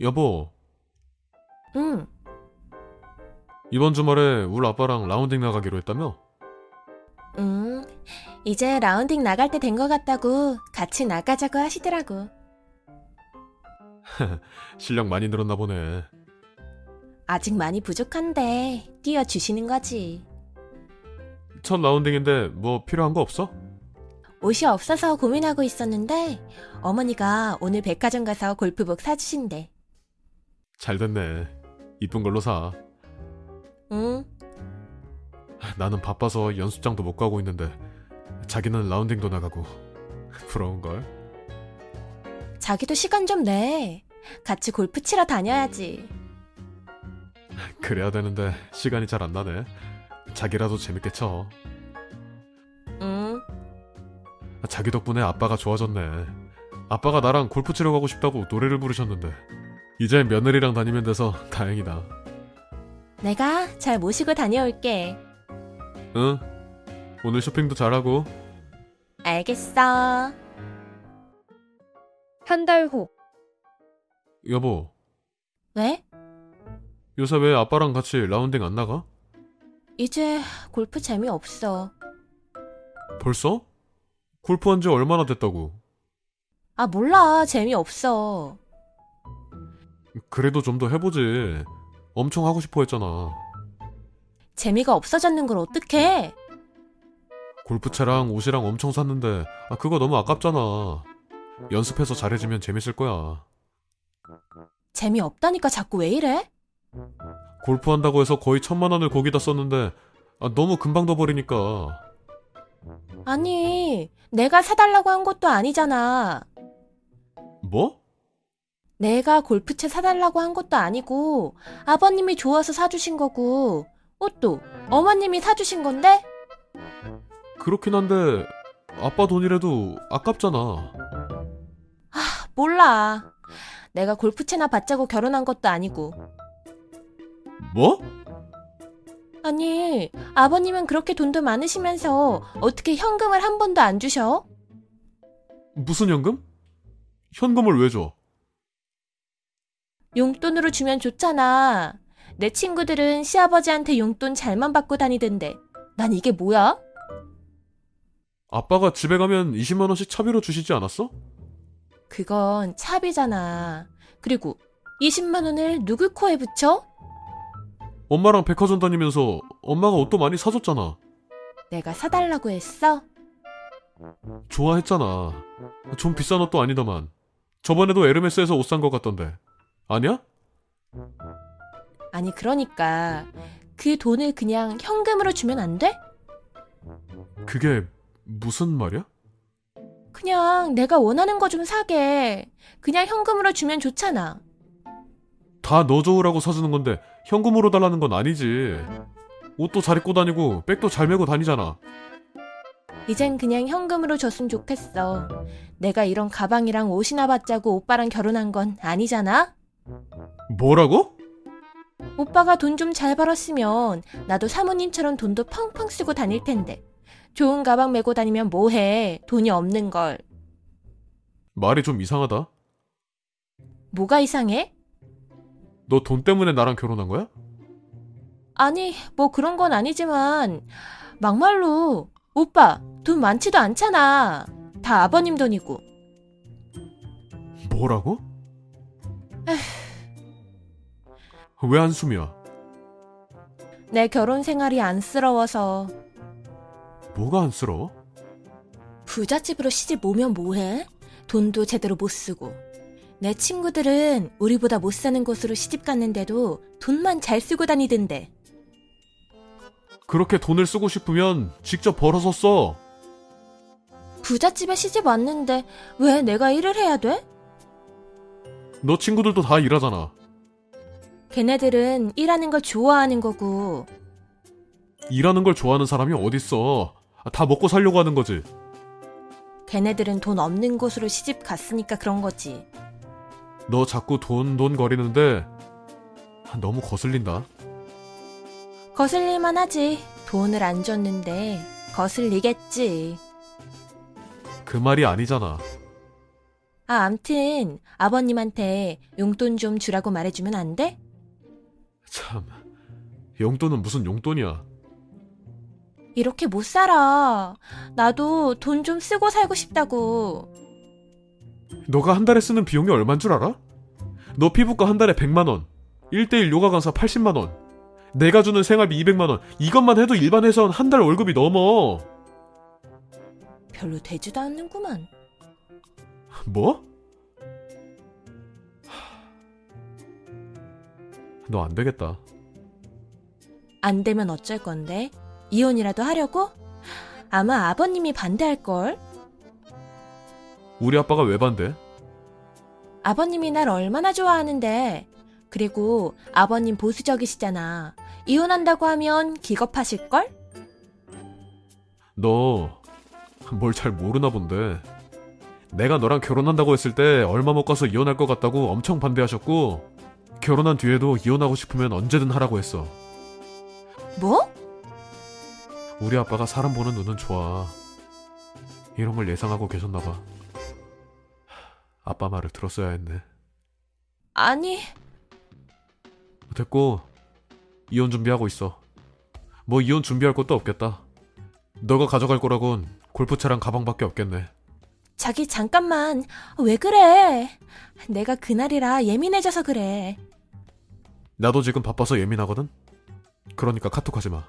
여보, 응, 이번 주말에 우리 아빠랑 라운딩 나가기로 했다며? 응. 이제 라운딩 나갈 때 된 것 같다고 같이 나가자고 하시더라고. 실력 많이 늘었나 보네. 아직 많이 부족한데 뛰어주시는 거지. 첫 라운딩인데 뭐 필요한 거 없어? 옷이 없어서 고민하고 있었는데 어머니가 오늘 백화점 가서 골프복 사주신대. 잘 됐네. 이쁜 걸로 사. 응, 나는 바빠서 연습장도 못 가고 있는데 자기는 라운딩도 나가고 부러운 걸. 자기도 시간 좀 내. 같이 골프 치러 다녀야지. 그래야 되는데 시간이 잘 안 나네. 자기라도 재밌게 쳐. 응, 자기 덕분에 아빠가 좋아졌네. 아빠가 나랑 골프 치러 가고 싶다고 노래를 부르셨는데 이제 며느리랑 다니면 돼서 다행이다. 내가 잘 모시고 다녀올게. 응? 오늘 쇼핑도 잘하고 알겠어. 한 달 후, 여보 왜? 요새 왜 아빠랑 같이 라운딩 안 나가? 이제 골프 재미없어. 벌써? 골프한 지 얼마나 됐다고. 아, 몰라. 재미없어. 그래도 좀 더 해보지. 엄청 하고 싶어 했잖아. 재미가 없어졌는 걸 어떡해? 골프채랑 옷이랑 엄청 샀는데, 아, 그거 너무 아깝잖아. 연습해서 잘해지면 재밌을 거야. 재미없다니까 자꾸 왜 이래? 골프한다고 해서 거의 천만 원을 거기다 썼는데, 아, 너무 금방 더 버리니까. 아니, 내가 사달라고 한 것도 아니잖아. 뭐? 내가 골프채 사달라고 한 것도 아니고, 아버님이 좋아서 사주신 거고, 옷도 어머님이 사주신 건데? 그렇긴 한데, 아빠 돈이라도 아깝잖아. 몰라. 내가 골프채나 받자고 결혼한 것도 아니고. 뭐? 아니, 아버님은 그렇게 돈도 많으시면서 어떻게 현금을 한 번도 안 주셔? 무슨 현금? 현금을 왜 줘? 용돈으로 주면 좋잖아. 내 친구들은 시아버지한테 용돈 잘만 받고 다니던데. 난 이게 뭐야? 아빠가 집에 가면 20만원씩 차비로 주시지 않았어? 그건 차비잖아. 그리고 20만 원을 누구 코에 붙여? 엄마랑 백화점 다니면서 엄마가 옷도 많이 사줬잖아. 내가 사달라고 했어? 좋아했잖아. 좀 비싼 옷도 아니다만. 저번에도 에르메스에서 옷 산 것 같던데. 아니야? 아니 그러니까 그 돈을 그냥 현금으로 주면 안 돼? 그게 무슨 말이야? 그냥 내가 원하는 거 좀 사게. 그냥 현금으로 주면 좋잖아. 다 너 좋으라고 사주는 건데 현금으로 달라는 건 아니지. 옷도 잘 입고 다니고 백도 잘 메고 다니잖아. 이젠 그냥 현금으로 줬으면 좋겠어. 내가 이런 가방이랑 옷이나 받자고 오빠랑 결혼한 건 아니잖아? 뭐라고? 오빠가 돈 좀 잘 벌었으면 나도 사모님처럼 돈도 펑펑 쓰고 다닐 텐데. 좋은 가방 메고 다니면 뭐해. 돈이 없는 걸. 말이 좀 이상하다. 뭐가 이상해? 너 돈 때문에 나랑 결혼한 거야? 아니, 뭐 그런 건 아니지만, 막말로, 오빠, 돈 많지도 않잖아. 다 아버님 돈이고. 뭐라고? 왜 한숨이야? 내 결혼 생활이 안쓰러워서. 뭐가 안쓰러워? 부잣집으로 시집 오면 뭐해? 돈도 제대로 못 쓰고. 내 친구들은 우리보다 못 사는 곳으로 시집 갔는데도 돈만 잘 쓰고 다니던데. 그렇게 돈을 쓰고 싶으면 직접 벌어서 써. 부잣집에 시집 왔는데 왜 내가 일을 해야 돼? 너 친구들도 다 일하잖아. 걔네들은 일하는 걸 좋아하는 거고 일하는 걸 좋아하는 사람이 어딨어. 아, 다 먹고 살려고 하는 거지. 걔네들은 돈 없는 곳으로 시집 갔으니까 그런 거지. 너 자꾸 돈, 돈 거리는데 아, 너무 거슬린다. 거슬릴만 하지. 돈을 안 줬는데 거슬리겠지. 그 말이 아니잖아. 아, 암튼 아버님한테 용돈 좀 주라고 말해주면 안 돼? 참, 용돈은 무슨 용돈이야. 이렇게 못 살아. 나도 돈 좀 쓰고 살고 싶다고. 너가 한 달에 쓰는 비용이 얼만 줄 알아? 너 피부과 한 달에 100만 원, 1대1 요가 강사 80만 원, 내가 주는 생활비 200만 원. 이것만 해도 일반 회사원 한 달 월급이 넘어. 별로 되지도 않는구만. 뭐? 너 안 되겠다. 안 되면 어쩔 건데? 이혼이라도 하려고? 아마 아버님이 반대할걸? 우리 아빠가 왜 반대? 아버님이 날 얼마나 좋아하는데. 그리고 아버님 보수적이시잖아. 이혼한다고 하면 기겁하실걸? 너 뭘 잘 모르나 본데. 내가 너랑 결혼한다고 했을 때 얼마 못 가서 이혼할 것 같다고 엄청 반대하셨고 결혼한 뒤에도 이혼하고 싶으면 언제든 하라고 했어. 뭐? 우리 아빠가 사람 보는 눈은 좋아. 이런 걸 예상하고 계셨나 봐. 아빠 말을 들었어야 했네. 아니, 됐고 이혼 준비하고 있어. 뭐 이혼 준비할 것도 없겠다. 너가 가져갈 거라곤 골프차랑 가방밖에 없겠네. 자기 잠깐만. 왜 그래? 내가 그날이라 예민해져서 그래. 나도 지금 바빠서 예민하거든. 그러니까 카톡 하지 마.